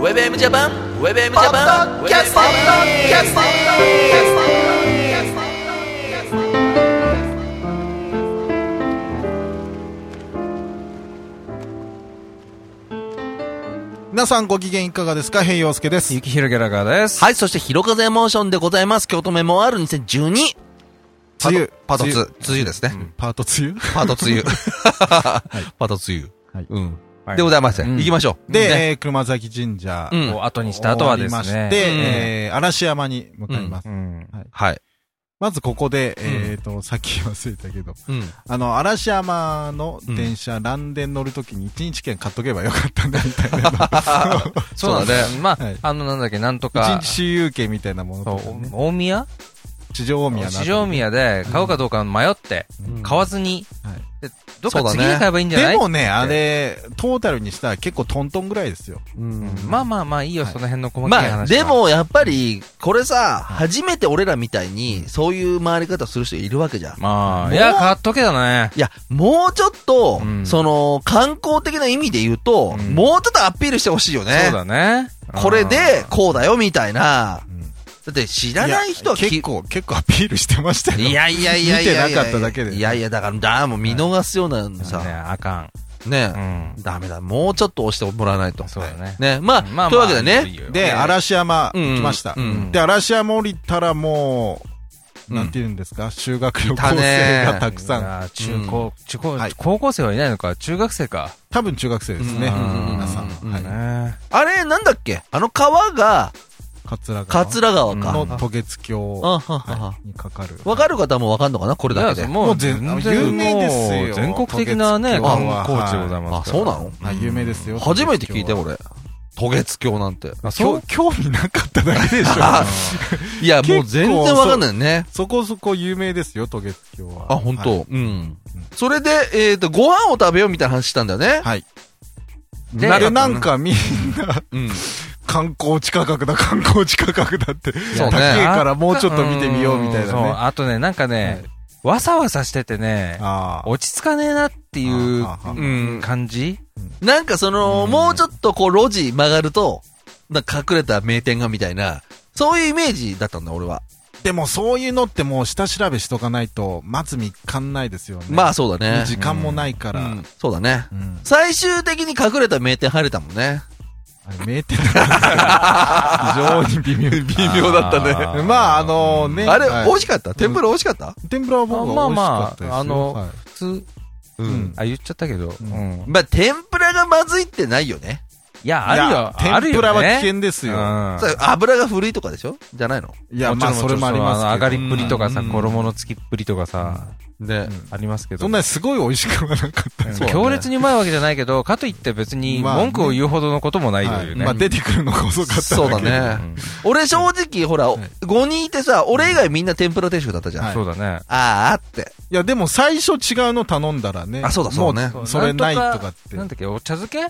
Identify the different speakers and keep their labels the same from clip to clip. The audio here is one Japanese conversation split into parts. Speaker 1: WebM ジャパン WebM ジ
Speaker 2: ポ
Speaker 1: ャパ
Speaker 2: ッ
Speaker 1: ン
Speaker 2: ドキャスティングキャスティング
Speaker 3: 皆さんご機嫌いかがですか平洋介です
Speaker 4: ゆ。きひろギャラガーです。
Speaker 1: はい、そして、ひろかぜモーションでございます。京都メモアール2012。
Speaker 4: パート
Speaker 3: 梅雨
Speaker 4: パート2。
Speaker 3: 梅
Speaker 4: 梅雨ですね。
Speaker 3: パート梅雨
Speaker 4: パート梅雨。 パート梅
Speaker 5: はい
Speaker 4: 雨。うん
Speaker 5: は。い
Speaker 4: でございまして、
Speaker 5: うん
Speaker 4: 行きましょう。
Speaker 3: で、
Speaker 4: ね
Speaker 3: えー車崎神社、
Speaker 4: うん
Speaker 5: を後にした後は
Speaker 3: 終
Speaker 5: で
Speaker 3: わり
Speaker 5: す
Speaker 3: まし
Speaker 5: ね。
Speaker 3: て、
Speaker 4: うん
Speaker 3: えー嵐山に向かいます。
Speaker 5: うん。
Speaker 4: はい。
Speaker 3: まずここで、えっ、と、さっき忘れたけど、
Speaker 4: うん。
Speaker 3: あの、嵐山の電車、ラン電乗るときに1日券買っとけばよかったんだみたいな。
Speaker 5: そうだね。まあ
Speaker 3: はい、
Speaker 5: あの、なんだっけ、なんと
Speaker 3: 1
Speaker 5: か
Speaker 3: 日、私有券みたいなもの
Speaker 5: そ
Speaker 3: と
Speaker 5: う
Speaker 3: かね、
Speaker 5: 大宮
Speaker 3: 地上大宮など
Speaker 5: 市場宮で買うかどうか迷って、買わずに
Speaker 3: はい、
Speaker 5: でどっ
Speaker 4: そう
Speaker 5: か
Speaker 4: だね
Speaker 5: 次に買えばいいんじゃな
Speaker 3: で
Speaker 5: い
Speaker 3: もね、あれ、トータルにしたら結構トントンぐらいですよ。
Speaker 5: まあまあまあいいよ、その辺の細かい話は。
Speaker 1: まあ、でも、やっぱり、これさ、初めて俺らみたいに、そういう回り方する人いるわけじゃん。も
Speaker 5: ま
Speaker 1: う
Speaker 5: あ、いや、買っとけだね。
Speaker 1: いや、もうちょっと、
Speaker 5: うん
Speaker 1: その、観光的な意味で言うと、
Speaker 5: うん
Speaker 1: もうちょっとアピールしてほしいよね。
Speaker 5: そうだね。
Speaker 1: これで、こうだよ、みたいな。
Speaker 3: ん
Speaker 1: だって、知らない人はき
Speaker 3: 結構、結構アピールしてましたよ。
Speaker 1: いやいやいやいやいや。
Speaker 3: 見てなかっただけで
Speaker 1: いやいや、だから、だ、もう見逃すようなの
Speaker 5: うん、
Speaker 1: さ、
Speaker 5: ねあか
Speaker 1: ね
Speaker 5: ん。う、ん。
Speaker 1: ダメだ。もうちょっと押してもらわないと。
Speaker 5: そうだね。
Speaker 1: ね。まあ、
Speaker 5: まあ
Speaker 1: というわけでね。
Speaker 5: ね
Speaker 3: で、嵐山
Speaker 1: うん
Speaker 3: 行きました。
Speaker 1: うん
Speaker 3: で、嵐山降りたらもう、
Speaker 1: うん
Speaker 3: なんて言うんですか、修学旅行
Speaker 1: いたね
Speaker 3: 生がたくさん。
Speaker 5: あー中高、中高
Speaker 3: はい、
Speaker 5: 高校生はいないのか、中学生か。
Speaker 3: 多分中学生ですね。
Speaker 5: うん
Speaker 3: 皆さん。
Speaker 1: うん
Speaker 3: はい。
Speaker 5: ね
Speaker 1: あれ、なんだっけあの川が、
Speaker 3: 桂川
Speaker 1: 桂川か。
Speaker 3: の渡月橋
Speaker 1: あははは
Speaker 3: はいにかかる。
Speaker 1: わかる方もわかんのかなこれだけ
Speaker 5: いや
Speaker 1: で。
Speaker 5: も
Speaker 3: も
Speaker 5: う
Speaker 3: う全
Speaker 5: 全然
Speaker 3: 有名ですよ
Speaker 5: 全国的なね、
Speaker 3: 渡月
Speaker 5: 観
Speaker 3: 橋は
Speaker 5: 光地でございま
Speaker 1: あ、
Speaker 5: すから。
Speaker 1: そうなの
Speaker 3: はい、有名ですよ。
Speaker 1: 初めて聞いたよ、
Speaker 3: 渡
Speaker 1: 俺。渡月橋なんて。
Speaker 5: あ
Speaker 3: 月橋
Speaker 5: そ
Speaker 3: は
Speaker 5: う。
Speaker 3: 興興味なかっただけでしょ。
Speaker 1: いや、もう全然わかんないね。
Speaker 3: そこそこ有名ですよ、渡月橋は。
Speaker 1: あ、本当、
Speaker 3: はい
Speaker 1: うん。それで、えっ、と、ご飯を食べようみたいな話したんだよね。
Speaker 3: はい。
Speaker 1: で
Speaker 3: で、なんかみんな、
Speaker 1: うん。
Speaker 3: 観光地価格だ、観光地価格だって。
Speaker 1: そうね
Speaker 3: 高えからもうちょっと見てみようみたいな
Speaker 5: そう
Speaker 3: ね。
Speaker 5: あとね、なんかね、わさわさしててね、
Speaker 3: ああ。
Speaker 5: 落ち着かねえなっていう
Speaker 3: あああ
Speaker 1: うん。
Speaker 5: 感じ
Speaker 1: なんかその、もうちょっとこう、路地曲がると、なんか隠れた名店がみたいな、そういうイメージだったんだ、俺は。
Speaker 3: でもそういうのってもう下調べしとかないと、まず見かんないですよね。
Speaker 1: まあそうだね。
Speaker 3: 時間もないから。
Speaker 1: うんそうだね。
Speaker 3: うん
Speaker 1: 最終的に隠れた名店入れたもんね。
Speaker 3: あれ、名店なんですけど非常 に微妙。微
Speaker 1: 妙だったね
Speaker 5: ー
Speaker 3: まあ、あのね。
Speaker 1: あれ、
Speaker 3: はい
Speaker 1: 美味しかった天ぷら美味しかった
Speaker 3: 天ぷらは僕は美味しかったですよ。
Speaker 5: まあまああの
Speaker 3: はい
Speaker 5: 普通、
Speaker 3: うん
Speaker 5: うんあ、言っちゃったけど、
Speaker 3: ん
Speaker 5: うん
Speaker 1: まあ、天ぷらがまずいってないよね。
Speaker 5: いや、ある
Speaker 3: い
Speaker 5: よ
Speaker 3: や。
Speaker 5: あるよ
Speaker 3: 天
Speaker 5: ね。
Speaker 3: ぷらは危険ですよ
Speaker 5: うん
Speaker 1: それ油が古いとかでしょじゃないの
Speaker 3: いや、まあ、
Speaker 5: ちろ
Speaker 3: そ
Speaker 5: ん
Speaker 3: れもありますけど。
Speaker 5: 上がりっぷりとかさ、
Speaker 1: うん
Speaker 5: 衣のつきっぷりとかさ、
Speaker 1: ね。
Speaker 5: ありますけど。
Speaker 3: そんなにすごい美味しくはなかった
Speaker 5: うん
Speaker 3: です
Speaker 1: そうだね
Speaker 5: 強烈にうまいわけじゃないけど、かといって別に
Speaker 3: まあ
Speaker 5: 文句を言うほどのこともないと
Speaker 3: はいいう
Speaker 5: ね。
Speaker 3: まあ、出てくるのが遅かっただけ
Speaker 1: そうだね。俺正直、ほら、5人いてさ、俺以外みんな天ぷら定食だったじゃん。
Speaker 3: はい
Speaker 5: そうだね。
Speaker 1: あーあって。
Speaker 3: いや、でも最初違うの頼んだらね。
Speaker 1: あそうだそうだね
Speaker 3: もそれないとかって。
Speaker 5: なんだっけ、お茶漬け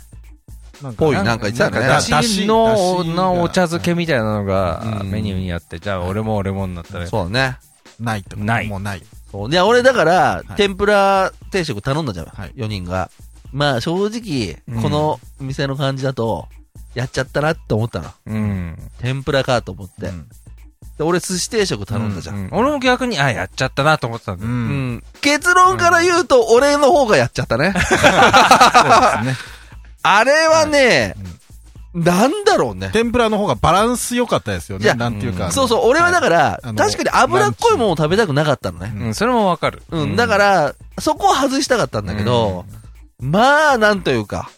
Speaker 3: なん
Speaker 1: ぽいなんか言ってたよね
Speaker 5: なんかだしの、
Speaker 3: だし
Speaker 5: なお茶漬けみたいなのが、
Speaker 1: うん
Speaker 5: メニューにあって、じゃあ俺も俺もになったら、
Speaker 1: そうだね。
Speaker 3: ないとか。
Speaker 5: ない
Speaker 3: もうない。
Speaker 1: そう。で、俺だから、
Speaker 3: い
Speaker 1: 天ぷら定食頼んだじゃん。
Speaker 3: はい
Speaker 1: 4人が。まあ、正直、
Speaker 5: ん
Speaker 1: この店の感じだと、やっちゃったなって思ったの。
Speaker 5: うん。
Speaker 1: 天ぷらかと思って。
Speaker 3: うん
Speaker 1: で、俺寿司定食頼んだじゃん。
Speaker 5: うん俺も逆に、あ、やっちゃったなと思ってたんだ
Speaker 3: う。
Speaker 5: よ。
Speaker 1: うんん結論から言うと、俺の方がやっちゃったね。 あれはね、なんだろうね。
Speaker 3: 天ぷらの方がバランス良かったですよ
Speaker 1: いや
Speaker 3: ね。なんていうか。
Speaker 1: そうそう、俺はだから、
Speaker 3: あの
Speaker 1: 確かに脂っこいものを食べたくなかったのね。
Speaker 5: うん、それもわかる。
Speaker 1: うん、だから、そこを外したかったんだけど、まあ、なんというか、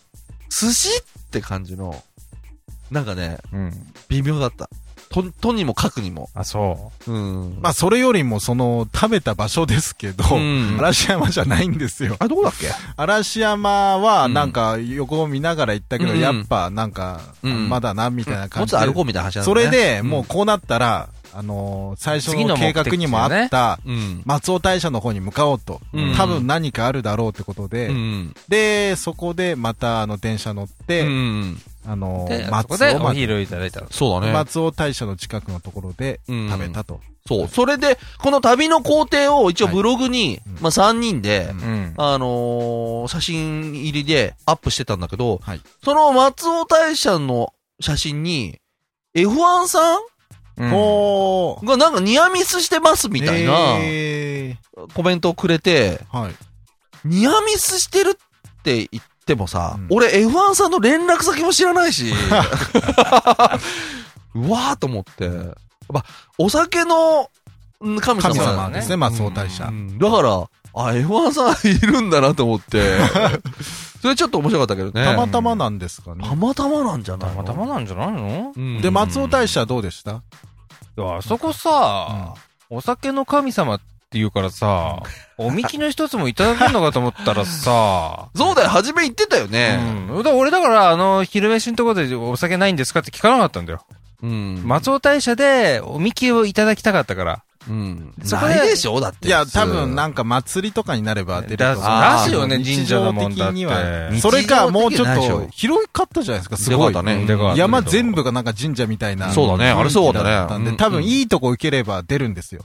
Speaker 1: 寿司って感じの、なんかね、
Speaker 5: うん。
Speaker 1: 微妙だった。と、とにもかくにも。
Speaker 5: あ、そ
Speaker 1: うん。
Speaker 3: まあ、それよりも、その、食べた場所ですけど、
Speaker 1: うん
Speaker 3: 嵐山じゃないんで すよ。
Speaker 1: あ、どこだっけ
Speaker 3: 嵐山は、
Speaker 1: うん
Speaker 3: なんか、横を見ながら行ったけど、
Speaker 1: うんうん
Speaker 3: やっぱ、なんか、
Speaker 1: うん
Speaker 3: まだな、みたいな
Speaker 1: も
Speaker 3: 感
Speaker 1: う
Speaker 3: じ
Speaker 1: ちょ
Speaker 3: で
Speaker 1: っと。歩こうみたいな話なんだ
Speaker 3: そ
Speaker 1: ね
Speaker 3: れで、もうこうなったら、あのー、最初
Speaker 5: 次
Speaker 3: の
Speaker 5: の目
Speaker 3: 計
Speaker 5: 的
Speaker 3: 画
Speaker 5: 地
Speaker 3: にもあった、
Speaker 1: うん、うん。
Speaker 3: 松尾大社の方に向かおうと、
Speaker 1: うん
Speaker 3: 多分何かあるだろうってことで、
Speaker 1: うん。
Speaker 3: で、そこでまたあの電車乗って、
Speaker 1: うん。
Speaker 3: あの
Speaker 5: う。で、そこ
Speaker 3: 松
Speaker 5: で
Speaker 3: 尾
Speaker 5: お
Speaker 3: まで、
Speaker 5: 昼いただいたの。
Speaker 1: そうだね。
Speaker 3: 松尾大社の近くのところで
Speaker 1: うん
Speaker 3: 食べたと。
Speaker 1: そう。それで、この旅の工程を一応ブログに、
Speaker 3: はいうん
Speaker 1: まあ3人で、
Speaker 5: うん。
Speaker 1: あのー写真入りでアップしてたんだけど、
Speaker 3: はい
Speaker 1: その松尾大社の写真に、F1 さん
Speaker 5: うん
Speaker 3: おー
Speaker 1: がなんかニアミスしてますみたいな
Speaker 3: え
Speaker 1: コメントをくれて、
Speaker 3: ーはい。
Speaker 1: ニアミスしてるって言ってもさ、
Speaker 3: うん
Speaker 1: 俺 F1 さんの連絡先も知らない し、うわーと思って、やっぱお酒のうん神様
Speaker 3: 神
Speaker 1: なんだ
Speaker 3: 様
Speaker 1: ね
Speaker 3: ですね、松尾大社。
Speaker 1: うんだから、あ、F1 さんいるんだなと思って、 それちょっと面白かったけどね。
Speaker 3: たまたまなんですかね。
Speaker 1: たまたまなんじゃ
Speaker 5: た
Speaker 1: ないの
Speaker 5: またまなんじゃないの
Speaker 1: うん、
Speaker 3: で、松尾大社どうでした
Speaker 5: いやあそこさ、お酒の神様って言うからさ、おみきの一つもいただけるのかと思ったらさ
Speaker 1: そうだよ、初め言ってたよね。
Speaker 5: うん、だ俺だから、あの、昼飯のところでお酒ないんですかって聞かなかったんだよ。
Speaker 1: うん。
Speaker 5: 松尾大社でおみきをいただきたかったから。
Speaker 1: うん。
Speaker 5: そこで
Speaker 1: ないでしょだって。
Speaker 3: いや、多分
Speaker 1: な。
Speaker 3: なんか祭りとかになれば出る
Speaker 5: だ
Speaker 3: と
Speaker 1: あー
Speaker 5: だしよね、
Speaker 3: 日
Speaker 5: 神社
Speaker 3: 常
Speaker 5: の
Speaker 3: 的
Speaker 5: もんだって。
Speaker 3: には
Speaker 1: 日常的には
Speaker 3: それか、もうち
Speaker 1: 日常的に
Speaker 3: ょっ
Speaker 1: ない
Speaker 3: と
Speaker 1: で
Speaker 3: 広かったじゃないですか、すごい
Speaker 1: でか。ったね
Speaker 5: でかかった
Speaker 3: 山全部がなんか神社みたいな。
Speaker 1: そうだねあれそうだね
Speaker 3: ったんで
Speaker 1: うん
Speaker 3: 多分いいとこ受ければ出るんですよ。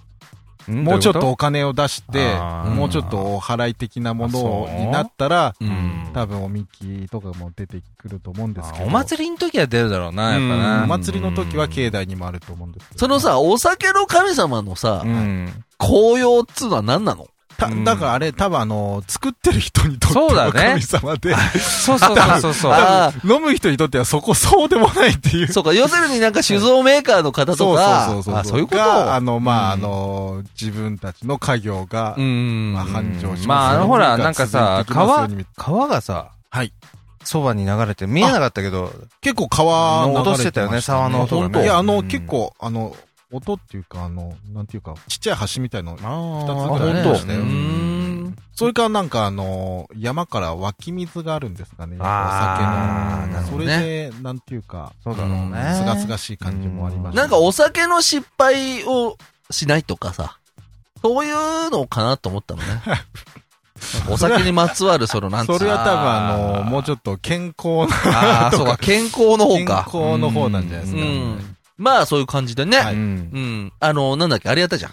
Speaker 5: ん
Speaker 3: もうちょっ。
Speaker 5: どい
Speaker 3: とお金を出して、
Speaker 5: あー
Speaker 3: もうちょっとお払い的なもの
Speaker 5: あそう
Speaker 3: になったら、
Speaker 1: う。
Speaker 5: うん
Speaker 3: 多分おみきとかも出てくると思うんですけ
Speaker 5: あ
Speaker 3: ど。
Speaker 5: お祭りの時は出るだろうな、やっぱ
Speaker 1: り
Speaker 5: な。
Speaker 3: お祭りの時は境内にもあると思うんですけど
Speaker 1: そのさ、お酒の神様のさ、
Speaker 5: うん。
Speaker 1: 紅葉っつうのは何なの
Speaker 3: た
Speaker 5: うん
Speaker 3: だからあれ、多分あの、作ってる人にとって
Speaker 5: そうだ
Speaker 3: は
Speaker 5: ね
Speaker 3: 神様で、
Speaker 5: そうそうそうそうそう。
Speaker 1: あ
Speaker 3: 飲む人にとってはそこそうでもないっていう。
Speaker 1: そうか、要するになんか酒造メーカーの方とか、あそういうこと
Speaker 3: があの、まあ、あの、自分たちの家業が
Speaker 1: う、ん。
Speaker 3: まあ、繁盛しますように。
Speaker 5: まあ、あのほら、なんかさ、川
Speaker 3: 続いていきますように、
Speaker 5: 川がさ、
Speaker 3: はい。
Speaker 5: そばに流れて、見えなかったけど、
Speaker 3: 結構川流れ
Speaker 5: 落としてたよね、沢の音が
Speaker 1: 本当
Speaker 5: ね。
Speaker 3: いや、あの、
Speaker 5: うん
Speaker 3: 結、構、あの、音っていうか、あの、なんていうか、ちっちゃい橋みたいの、
Speaker 5: 二
Speaker 3: 二つぐらいありました
Speaker 1: う
Speaker 3: よ
Speaker 1: ん。
Speaker 3: それからなんかあの、山から湧き水があるんですかね、
Speaker 5: あー
Speaker 1: な
Speaker 3: お酒の。そ
Speaker 1: るほど
Speaker 3: れで、なんていうか、
Speaker 5: そうだろうね。。
Speaker 3: すがすがしい感じもありました。
Speaker 1: なんかお酒の失敗をしないとかさ、そういうのかなと思 ったのね。お酒にまつわるその、なんつう
Speaker 3: そ
Speaker 1: の
Speaker 3: れは多分あの、もうちょっと健康な、
Speaker 1: ああ、そうか、健康の方
Speaker 3: 健
Speaker 1: か。
Speaker 3: 康の方なんじゃないです
Speaker 1: う
Speaker 3: かね。
Speaker 1: ん。まあ、そういう感じでね。
Speaker 3: はいう
Speaker 1: うんん。あの、なんだっけ、あれやったじゃん。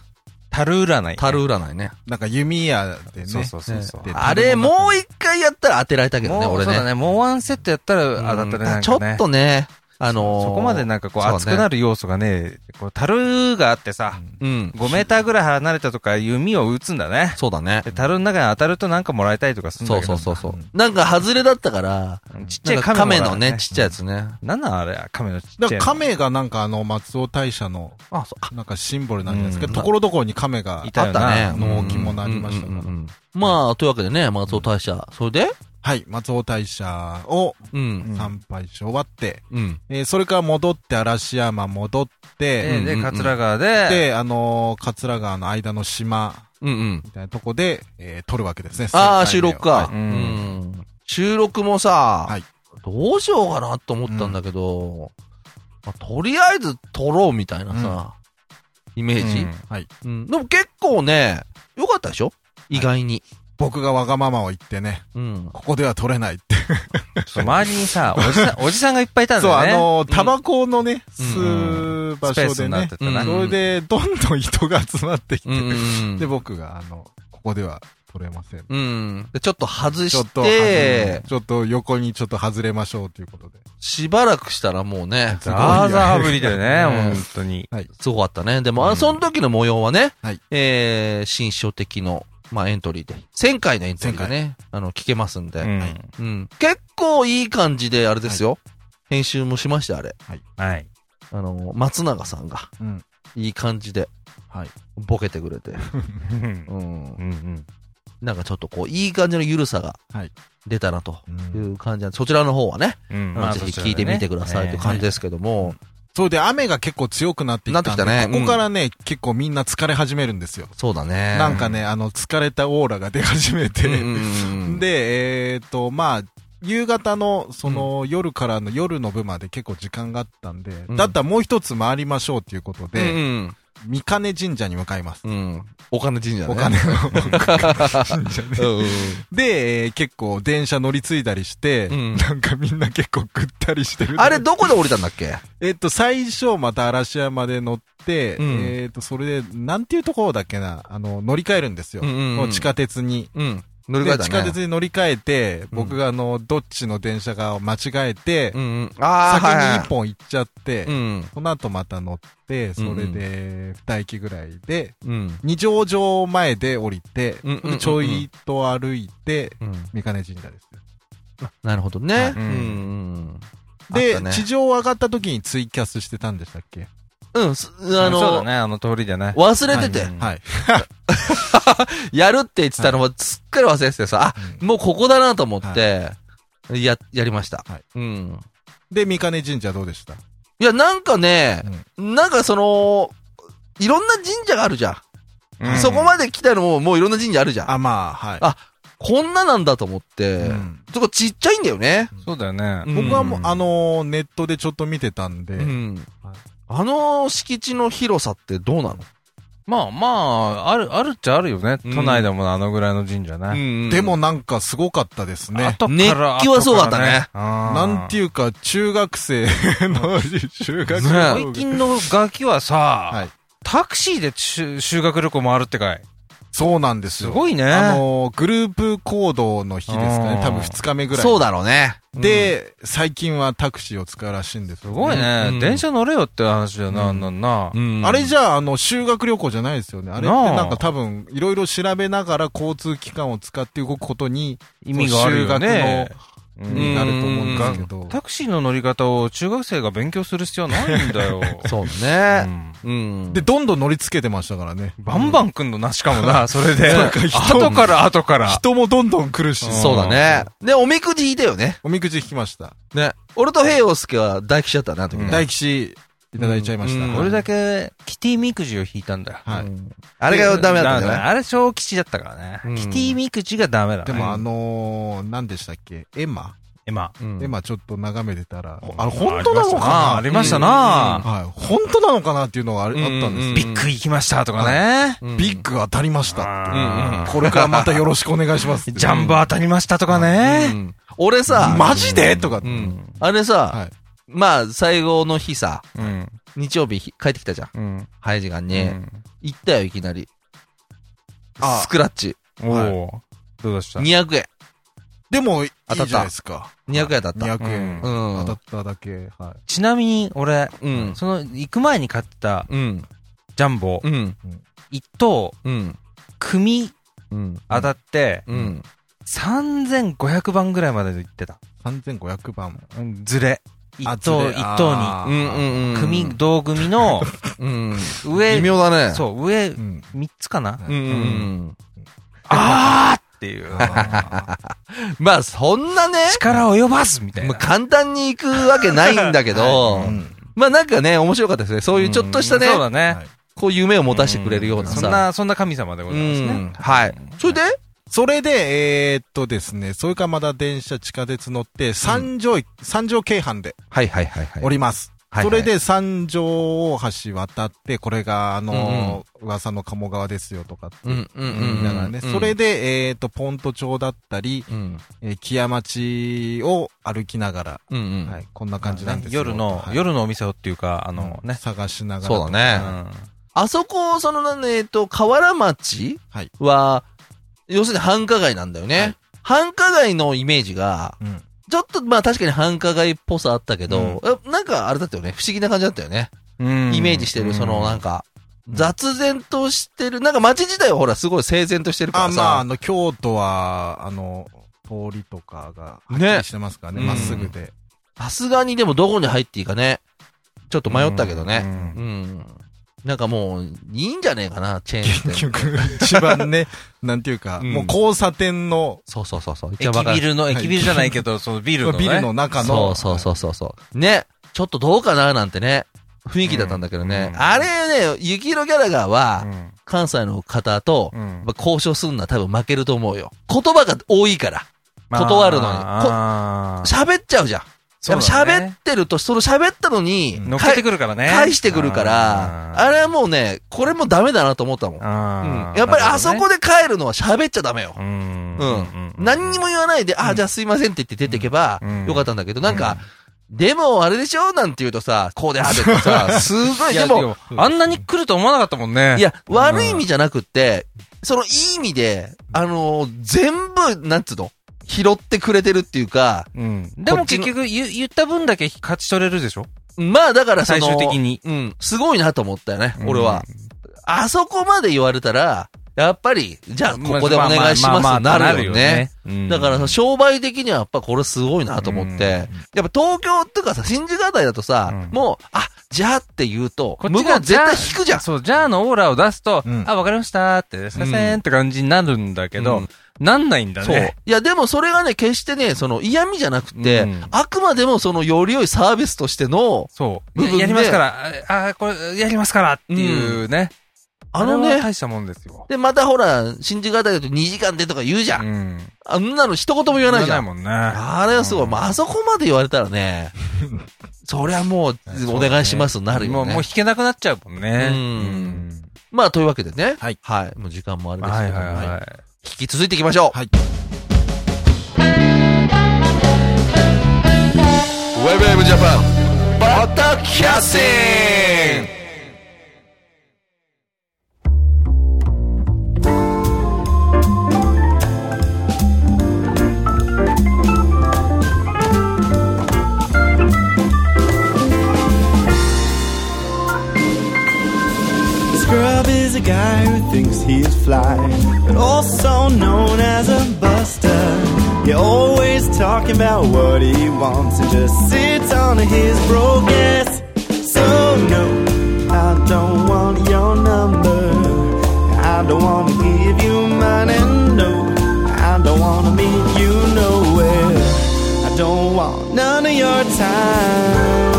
Speaker 5: 樽占い。
Speaker 1: 樽占いね。
Speaker 3: なんか弓矢でね。
Speaker 5: そうそうそうそう。
Speaker 3: ね
Speaker 1: あれ、もう一回やったら当てられたけどね、
Speaker 5: もう
Speaker 1: 俺
Speaker 5: そうだ
Speaker 1: ね。
Speaker 5: ね、もうワンセットやったら
Speaker 1: うん
Speaker 5: 当たったね、なんかね。
Speaker 1: ちょっとね、あのー
Speaker 5: そこまでなんかこう、熱くなる要素がね、こう、樽があってさ、
Speaker 1: うん。
Speaker 5: 5メーターぐらい離れたとか弓を打つんだね。
Speaker 1: そうだね。
Speaker 5: で、樽の中に当たるとなんかもらえたりとかするんだ
Speaker 1: そう
Speaker 5: け
Speaker 1: そ
Speaker 5: ど。
Speaker 1: うそうそう。なんか、外れだったから、
Speaker 5: うんちっち
Speaker 1: な
Speaker 5: ゃ
Speaker 1: ん
Speaker 5: い
Speaker 1: か
Speaker 5: 亀
Speaker 1: 亀
Speaker 5: もら
Speaker 1: の
Speaker 5: う
Speaker 1: ね、ちっちゃいや。つね。
Speaker 5: なんなんあれ亀のちっちゃ
Speaker 3: だ
Speaker 5: い
Speaker 3: から
Speaker 5: の。
Speaker 3: 亀がなんかあの、松尾大社の、
Speaker 1: あ、そう、あ、
Speaker 3: なんかシンボルなんじゃないです
Speaker 5: う
Speaker 3: か。
Speaker 5: ん
Speaker 3: ところどころに亀が
Speaker 5: い。た
Speaker 1: あっ
Speaker 5: よな
Speaker 1: たね。
Speaker 3: 納期もなりました
Speaker 1: うん
Speaker 3: か
Speaker 1: うんうん
Speaker 3: ら。
Speaker 1: うんまあ、というわけでね、松尾大社。それで
Speaker 3: はい、松尾大社を
Speaker 1: うん。
Speaker 3: 参拝し終わって、
Speaker 1: うん。
Speaker 3: えーそれから戻って嵐山戻って、
Speaker 5: で、で、
Speaker 1: うんうんうん
Speaker 5: 桂川で、
Speaker 3: で、あのー桂川の間の島
Speaker 1: うんうん。
Speaker 3: みたいなとこで、えー撮るわけですね。
Speaker 1: ああ、
Speaker 3: 先
Speaker 1: 収
Speaker 3: 輩目を
Speaker 1: 録か。
Speaker 3: は
Speaker 1: う
Speaker 5: い
Speaker 1: ん。収録もさ
Speaker 3: はい、
Speaker 1: どうしようかなと思ったんだけど、まあとりあえず撮ろうみたいなさ、イメ
Speaker 5: う
Speaker 1: ージ
Speaker 5: ん
Speaker 1: うん。でも結構ね、良かったでしょ意外に。
Speaker 3: 僕がわがままを言ってね、
Speaker 1: うん。
Speaker 3: ここでは撮れないって。
Speaker 5: そう周りにさ、おじさ ん、おじさんがいっぱいいたんだ
Speaker 3: そう、
Speaker 5: よ
Speaker 3: あ
Speaker 5: ね。
Speaker 3: のータバコのね、
Speaker 1: ん
Speaker 3: 吸う場
Speaker 5: スペー
Speaker 3: 所
Speaker 5: ス
Speaker 3: で
Speaker 5: になっ
Speaker 3: ね
Speaker 5: て、たな。
Speaker 1: うん
Speaker 5: うん
Speaker 3: それで、どんどん人が集まってきて、
Speaker 1: うんうん
Speaker 3: で、僕が、あの、ここでは取れません。
Speaker 1: うん。で、ちょっと外
Speaker 3: ちょっ
Speaker 1: し
Speaker 3: と、あ
Speaker 1: て
Speaker 3: の、ちょっと横にちょっと外れましょうということで。
Speaker 1: しばらくしたらもうね、
Speaker 5: ザーザーぶりだよね、
Speaker 1: うん
Speaker 5: 本当に。
Speaker 1: すごかったね。でも、
Speaker 5: う
Speaker 1: あ
Speaker 5: ん
Speaker 1: その時の模様はね、
Speaker 3: はい
Speaker 1: えー、新書的の、まあ、エントリーで、1000回のエントリーがね、あの、聞けますんで、
Speaker 5: う
Speaker 1: うん。
Speaker 5: ん
Speaker 1: 結構いい感じで、あれですよ、編集もしました、あれ。
Speaker 5: はい。
Speaker 1: あの、松永さんが、
Speaker 3: うん
Speaker 1: いい感じで、
Speaker 3: はい
Speaker 1: ボケてくれて、
Speaker 5: うん
Speaker 1: うん
Speaker 5: う。ん
Speaker 1: なんかちょっとこう、いい感じの緩さが
Speaker 3: はい、
Speaker 1: 出たなと
Speaker 3: うん
Speaker 1: いう感じなんで、そちらの方はね、
Speaker 5: うん。
Speaker 1: あのぜひ聞いてみてくださいという感じですけども、
Speaker 3: そうで、雨が結構強くなってきたんで
Speaker 1: なってきたねうん
Speaker 3: ここからね、結構みんな疲れ始めるんですよ。
Speaker 1: そうだね。
Speaker 3: なんかね、あの、疲れたオーラが出始めて、
Speaker 1: うんうんうんうん、
Speaker 3: で、えっ、と、まあ、夕方の、その、夜からの夜の部まで結構時間があったんで、
Speaker 1: うん
Speaker 3: だったらもう一つ回りましょうということ
Speaker 1: うん
Speaker 3: で、三金神社に向かいます。
Speaker 1: うん、うん。お金神社ね。
Speaker 3: お金の神社
Speaker 1: う
Speaker 3: で。
Speaker 1: んうんうん。
Speaker 3: で、えー結構電車乗り継いだりして、
Speaker 1: うん
Speaker 3: なんかみんな結構ぐったりしてる。
Speaker 1: あれ、どこで降りたんだっけ
Speaker 3: えっと、最初また嵐山で乗って、
Speaker 1: うん
Speaker 3: えっと、それで、なんていうところだっけな、あの、乗り換えるんですよ。
Speaker 1: うんうんうん
Speaker 3: もう地下鉄に。
Speaker 1: うん。乗り換え
Speaker 3: で、
Speaker 1: た
Speaker 3: 地
Speaker 1: ね。
Speaker 3: 下鉄に乗り換えて、僕があの、どっちの電車かを間違えて
Speaker 1: う、んうん。ああ、
Speaker 3: 先
Speaker 1: はいはい
Speaker 3: に一本行っちゃって、
Speaker 1: うん。
Speaker 3: その後また乗って、それで、二駅ぐらいで、
Speaker 1: うん。
Speaker 3: 二条城前で降りて、
Speaker 1: うんうんうんうん
Speaker 3: でちょいと歩いて、
Speaker 1: うん。
Speaker 3: 三金神社です。
Speaker 1: なるほどね。
Speaker 3: い
Speaker 1: うんうんあ
Speaker 3: で、
Speaker 1: ったね
Speaker 3: 地上上がった時にツイキャスしてたんでしたっけ
Speaker 1: うん。うん、すあ
Speaker 5: そうだ
Speaker 1: の、
Speaker 5: ね、あの通りでね。
Speaker 1: 忘れてて、
Speaker 3: はい。
Speaker 1: やるって言ってたのもすっかり忘れててさ、あ、もうここだなと思って、や、やりました
Speaker 3: はい。
Speaker 1: うん。
Speaker 3: で、三金神社どうでした
Speaker 1: いや、なんかね、なんかその、いろんな神社があるじゃ
Speaker 5: うん
Speaker 1: ん。そこまで来たのも、もういろんな神社あるじゃん。
Speaker 3: あ、まあ、はい。
Speaker 1: あこんななんだと思って
Speaker 3: うん、
Speaker 1: そこちっちゃいんだよね。
Speaker 5: そうだよね。
Speaker 1: うん
Speaker 3: 僕はもう、あのー、ネットでちょっと見てたんで、
Speaker 1: うん
Speaker 3: はい
Speaker 1: あの敷地の広さってどうなの
Speaker 5: まあまあ、ある、あるっちゃあるよね。
Speaker 1: うん
Speaker 5: 都内でもあのぐらいの神社ね。
Speaker 3: でも、なんかすごかったですね。
Speaker 5: 後から
Speaker 1: 熱気はすごかったね。
Speaker 5: な
Speaker 3: なんていうか、中学 生の、中
Speaker 1: ね
Speaker 3: 学
Speaker 5: 最
Speaker 3: 生の。
Speaker 5: 近のガキはさ、
Speaker 3: はい
Speaker 5: タクシーで修修学旅行回るってかい。
Speaker 3: そうなんです
Speaker 5: す
Speaker 3: よ。
Speaker 5: ごいね。
Speaker 3: あのー、グループ行動の日ですか
Speaker 5: う
Speaker 3: ね
Speaker 5: ん。
Speaker 3: 多分2日目ぐらい。
Speaker 1: そうだろうね。
Speaker 3: で、最近はタクシーを使うらしいんです
Speaker 5: すごいね、
Speaker 1: うん
Speaker 5: 電車乗れよって話だよな、あんなんな。
Speaker 1: うん
Speaker 3: あれじゃあ、あの、修学旅行じゃないですよね。あれって
Speaker 5: なあ
Speaker 3: なんか多分、いろいろ調べながら交通機関を使って動くことに、
Speaker 5: 意味があるよね。
Speaker 3: に
Speaker 5: うん
Speaker 3: なると思うんですけど。
Speaker 5: タクシーの乗り方を中学生が勉強する必要ないんだよ。
Speaker 1: そう
Speaker 5: う
Speaker 1: ね。
Speaker 5: ん
Speaker 1: うん。
Speaker 3: で、、どんどん乗りつけてましたからね。
Speaker 5: バンバン来んのな、しかもな、それで。
Speaker 3: なんか人
Speaker 5: 後から後から。
Speaker 3: 人もどんどん来るし。
Speaker 1: そうだね。で、おみくじ引いたよね。
Speaker 3: おみくじ引きました。
Speaker 1: ね。俺と平洋介は大吉だったな、あの時ね。
Speaker 3: 大吉、いただいちゃいまし
Speaker 1: うん
Speaker 3: た。
Speaker 5: 俺だけ、キティみくじを引いたんだよ。
Speaker 3: はい。
Speaker 1: あれがダメだったんじゃ
Speaker 5: だ
Speaker 1: ない
Speaker 5: あれ小吉だったからね。
Speaker 1: うん
Speaker 5: キティみくじがダメだ
Speaker 3: で
Speaker 5: ね。
Speaker 3: もあのー、何でしたっけエマ
Speaker 5: 今。
Speaker 1: うん
Speaker 3: エマちょっと眺めてたら、あれ
Speaker 5: 本
Speaker 3: 本当なのか
Speaker 5: ありましたな
Speaker 3: なはい。本当なのかなっていうのがあれ
Speaker 1: うん
Speaker 3: あったんですよ。
Speaker 5: ビッグ行きましたとかね。
Speaker 1: うん
Speaker 3: ビッグ当たりましたって。
Speaker 5: あー
Speaker 3: これからまたよろしくお願いしますって。
Speaker 5: ジャンボ当たりましたとか
Speaker 1: う
Speaker 5: ね。
Speaker 1: ん俺さ、
Speaker 3: マジでとかって
Speaker 1: う。んあれさ
Speaker 3: はい、
Speaker 1: まあ、最後の日さ、
Speaker 5: うん。
Speaker 1: 日曜日ひ帰ってきたじゃん。
Speaker 5: うん。
Speaker 1: 早い時間
Speaker 5: う
Speaker 1: に。
Speaker 5: ん
Speaker 1: 行ったよ、いきなり。
Speaker 3: あ
Speaker 1: スクラッチ。
Speaker 5: おお、どうでした
Speaker 1: 200円。
Speaker 3: でも、いい
Speaker 1: 当たった
Speaker 3: じゃないですか。
Speaker 1: 200円だった。
Speaker 3: 200円。
Speaker 5: う
Speaker 1: うん
Speaker 3: 当たっただけ。は
Speaker 5: ちなみに、俺、
Speaker 1: うん
Speaker 5: その、行く前に買ってた
Speaker 1: うん。
Speaker 5: ジャンボ、
Speaker 1: うん。
Speaker 5: 一等、
Speaker 1: うん。
Speaker 5: 組、
Speaker 1: うん。
Speaker 5: 当たって、
Speaker 1: うん。
Speaker 5: 3500番ぐらいまで行ってた。
Speaker 3: い。3500番。
Speaker 5: うんずれ。一
Speaker 3: あ
Speaker 5: 等、
Speaker 3: ずれ
Speaker 5: 一等に。
Speaker 3: あ
Speaker 1: う
Speaker 3: ー
Speaker 1: ん。うん。うん。
Speaker 5: 組、同組の、
Speaker 1: うん。
Speaker 5: 上、
Speaker 1: 微妙だね。
Speaker 5: そう、上
Speaker 3: う、ん。
Speaker 5: 三つかな
Speaker 1: うん。うん。
Speaker 5: あーっていう。
Speaker 1: まあ、そんなね、
Speaker 5: 力及ばずみたい
Speaker 1: まあ
Speaker 5: な。
Speaker 1: 簡単に行くわけないんだけど、
Speaker 3: うん
Speaker 1: まあなんかね、面白かったですね。そういうちょっとしたね
Speaker 5: うん、そうだね
Speaker 3: はい。
Speaker 1: こう夢を持たせてくれるようなさ。
Speaker 5: そんな、そんな神様でご
Speaker 1: う
Speaker 5: ざいますね
Speaker 1: ん。。はい。それで
Speaker 3: それで、えーっとですね、それからまだ電車、地下鉄乗って、三条、三条京阪で
Speaker 1: はいはいはいはい。
Speaker 3: おります。
Speaker 1: はいはい
Speaker 3: それで三条大橋渡って、これが、あのー噂の鴨川ですよとかって
Speaker 1: うんうんう
Speaker 3: 言い
Speaker 1: ん。
Speaker 3: ながらね、それで、えーっと、ポント町だったり、
Speaker 1: うん。
Speaker 3: えー木屋町を歩きながら、
Speaker 1: うんうん。
Speaker 3: はい、こんな感じなんですよ。
Speaker 5: 夜の
Speaker 3: は、い
Speaker 5: 夜のお店をっていうか、あのね。
Speaker 3: 探しながら。
Speaker 1: そうだね。
Speaker 5: うん
Speaker 1: あそこ、そのね、えっと、河原町
Speaker 3: はい
Speaker 1: は、要するに繁華街なんだよね。繁華街のイメージが、
Speaker 3: うん
Speaker 1: ちょっとまあ確かに繁華街っぽさあったけど、えなんかあれだったよね。不思議な感じだったよね。
Speaker 5: イ
Speaker 1: イメージしてる、そのなんか、雑然としてる、なんか街自体はほらすごい整然としてるか
Speaker 3: あ、
Speaker 1: ら
Speaker 3: まあ、あ
Speaker 1: さ。
Speaker 3: の、京都は、あの、通りとかが、はっき
Speaker 1: ね
Speaker 3: りしてますから
Speaker 1: う
Speaker 3: ね、
Speaker 1: ん
Speaker 3: まっすぐで。
Speaker 1: さすがにでもどこに入っていいかね。ちょっと迷ったけどね。
Speaker 5: ね
Speaker 1: う。ん。なんかもう、いいんじゃねえかな、チェーン店。
Speaker 3: 結局、 一番ね、なんていうか、
Speaker 1: うん
Speaker 3: もう交差点の、
Speaker 1: そうそうそうそう。一番わか
Speaker 5: 駅ビ
Speaker 1: る
Speaker 5: ルの、
Speaker 3: い
Speaker 5: 駅ビルじゃないけど、そのビルのね。
Speaker 3: ビルの中
Speaker 1: そ
Speaker 3: の、
Speaker 1: うそうそうそうそう。ね。ちょっとどうかななんてね。雰囲気だったんだけどね。
Speaker 5: うん
Speaker 1: あれね、雪色ギャラガー
Speaker 5: う
Speaker 1: は、
Speaker 5: ん。
Speaker 1: 関西の方と、
Speaker 5: うん
Speaker 1: やっぱ交渉するのは多分負けると思うよ。言葉が多いから。断るのに
Speaker 5: あー
Speaker 1: 喋っちゃうじゃん。
Speaker 5: そう
Speaker 1: や
Speaker 5: だ
Speaker 1: っぱ
Speaker 5: ね
Speaker 1: 喋ってると、その喋ったのに、
Speaker 5: 乗っけてくるからね。
Speaker 1: 返してくるから、あれはもうね、これもダメだなと思ったもん。
Speaker 5: あ
Speaker 1: う
Speaker 5: ー
Speaker 1: んやっぱりあそ、
Speaker 5: なるほ
Speaker 1: こで帰るのは喋っちゃダメよ
Speaker 5: ど。
Speaker 1: う
Speaker 5: ねうんん。うん
Speaker 1: 何にも言わないで、あ、じゃあすいませんって言って出てけば
Speaker 5: うん、
Speaker 1: よかったんだけど、なんか、でもあれでしょなんて言うとさ、こうであべって さ、すごい、
Speaker 5: いや
Speaker 1: で
Speaker 5: で
Speaker 1: も、
Speaker 5: も、あんなに来ると思わなかったもんね。
Speaker 1: いや、悪い意味じゃなくって、そのいい意味で、あのー全部、なんつうの拾ってくれてるっていうか、
Speaker 5: うん。でも
Speaker 1: こっち
Speaker 5: 結
Speaker 1: の
Speaker 5: 局言、言った分だけ勝ち取れるでしょ
Speaker 1: まあだからその、
Speaker 5: 最終的に。
Speaker 1: うん、すごいなと思ったよね、
Speaker 5: うん
Speaker 1: 俺は。あそこまで言われたら、やっぱり、じゃあここでお願いし
Speaker 5: まあ
Speaker 1: ま
Speaker 5: まあ
Speaker 1: す
Speaker 5: まあ
Speaker 1: なるよね。。
Speaker 5: なるよね
Speaker 1: だからさ、、商売的にはやっぱこれすごいなと思って、
Speaker 5: うん
Speaker 1: やっぱ東京とかさ、新宿あたりだとさ、
Speaker 5: うん
Speaker 1: もう、あ、じゃあって言うと、
Speaker 5: こっ
Speaker 1: 向
Speaker 5: ち
Speaker 1: こ
Speaker 5: が
Speaker 1: う絶対引くじゃん。
Speaker 5: そう、じゃあのオーラを出すと、
Speaker 3: うん
Speaker 5: あ、わかりましたって、すいませんって感じになるんだけど、
Speaker 1: うん
Speaker 5: なんないんだ
Speaker 1: そう。
Speaker 5: ね。
Speaker 1: いや、でもそれがね、決してね、その嫌味じゃなくて、
Speaker 5: うん
Speaker 1: あくまでもそのより良いサービスとしての、
Speaker 5: そう。
Speaker 1: 部分で
Speaker 5: ややりますから、あ、あこれ、やりますからっていうね。
Speaker 1: あの
Speaker 5: れは
Speaker 1: ね、
Speaker 5: 大したもんですよ。
Speaker 1: で、またほら、新宿あたりだと2時間でとか言うじゃん。
Speaker 5: うん。
Speaker 1: あんなの一言も言わないじゃん。
Speaker 5: もんね。あ
Speaker 1: あれはすごい。
Speaker 5: うん
Speaker 1: まあ、あそこまで言われたら ね、そりゃもう、お願いしますになるよね。
Speaker 5: もう、もう弾けなくなっちゃうもんね。
Speaker 1: うんまあ、というわけでね。
Speaker 3: はい。
Speaker 1: はい。もう時間もあれ
Speaker 5: う
Speaker 1: で
Speaker 5: ん
Speaker 1: す
Speaker 5: は
Speaker 1: け
Speaker 5: い
Speaker 1: ども
Speaker 5: はい
Speaker 1: はい
Speaker 5: は
Speaker 1: 引き続いていきましょう。
Speaker 3: はい
Speaker 1: ウェブウェブジャパン、バタキャッシン
Speaker 6: Scrub is a guy who thinks he is fly, but also known as a buster. He always talking about what he wants and just sits on his broke ass. So no, I don't want your number. I don't want to give you mine and no, I don't want to meet you nowhere. I don't want none of your time.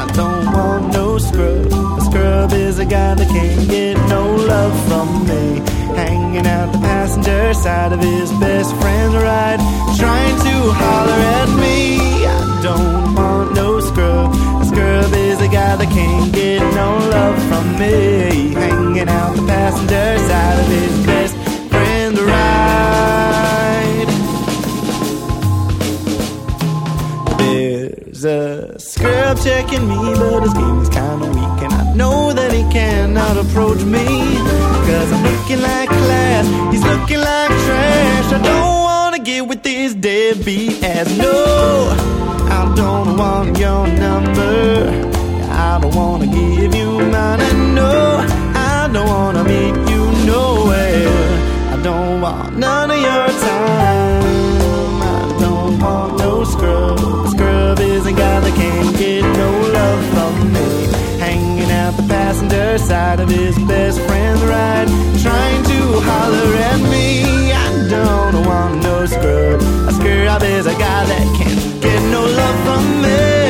Speaker 6: I don't want no scrub. A scrub is a guy that can't get no love from me. Hanging out the passenger side of his best friend's ride, trying to holler at me. I don't want no scrub. A scrub is a guy that can't get no love from me. Hanging out the passenger side of his best friend's ride. There's a scrub checking me, but his game is kinda weak, and I know that he cannot approach me. Cause I'm looking like class, he's looking like trash. I don't wanna get with these deadbeat ass. No, I don't want your number. I don't wanna give you mine, and no, I don't wanna meet you nowhere. I don't want none of your time. I don't want no scrub. Scrub is a guy that can't get no love from me. Hanging out the passenger side of his best friend's ride, trying to holler at me. I don't want no scrub. A scrub is a guy that can't get no love from me.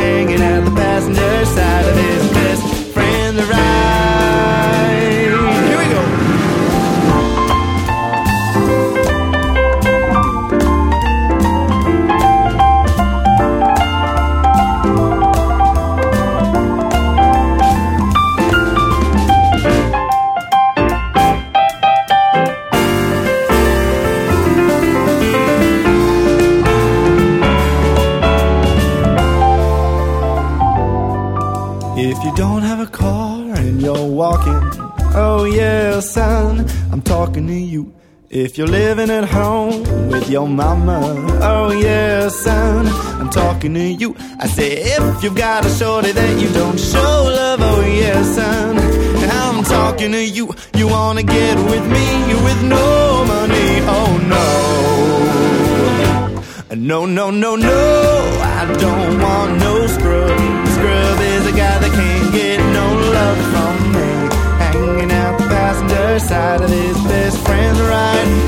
Speaker 6: Hanging out the passenger side of his best friend's ride. Here we go. If you don't have a car and you're walking, oh yeah, son, I'm talking to you. If you're living at home with your mama, oh yeah, son, I'm talking to you. I say, if you've got a shorty that you don't show love, oh yeah, son, I'm talking to you. You wanna get with me with no money, oh no. No, no, no, no, I don't want no scrub. Scrub is a guy that can't get no love from me. Hanging out the passenger side of his best friend's ride,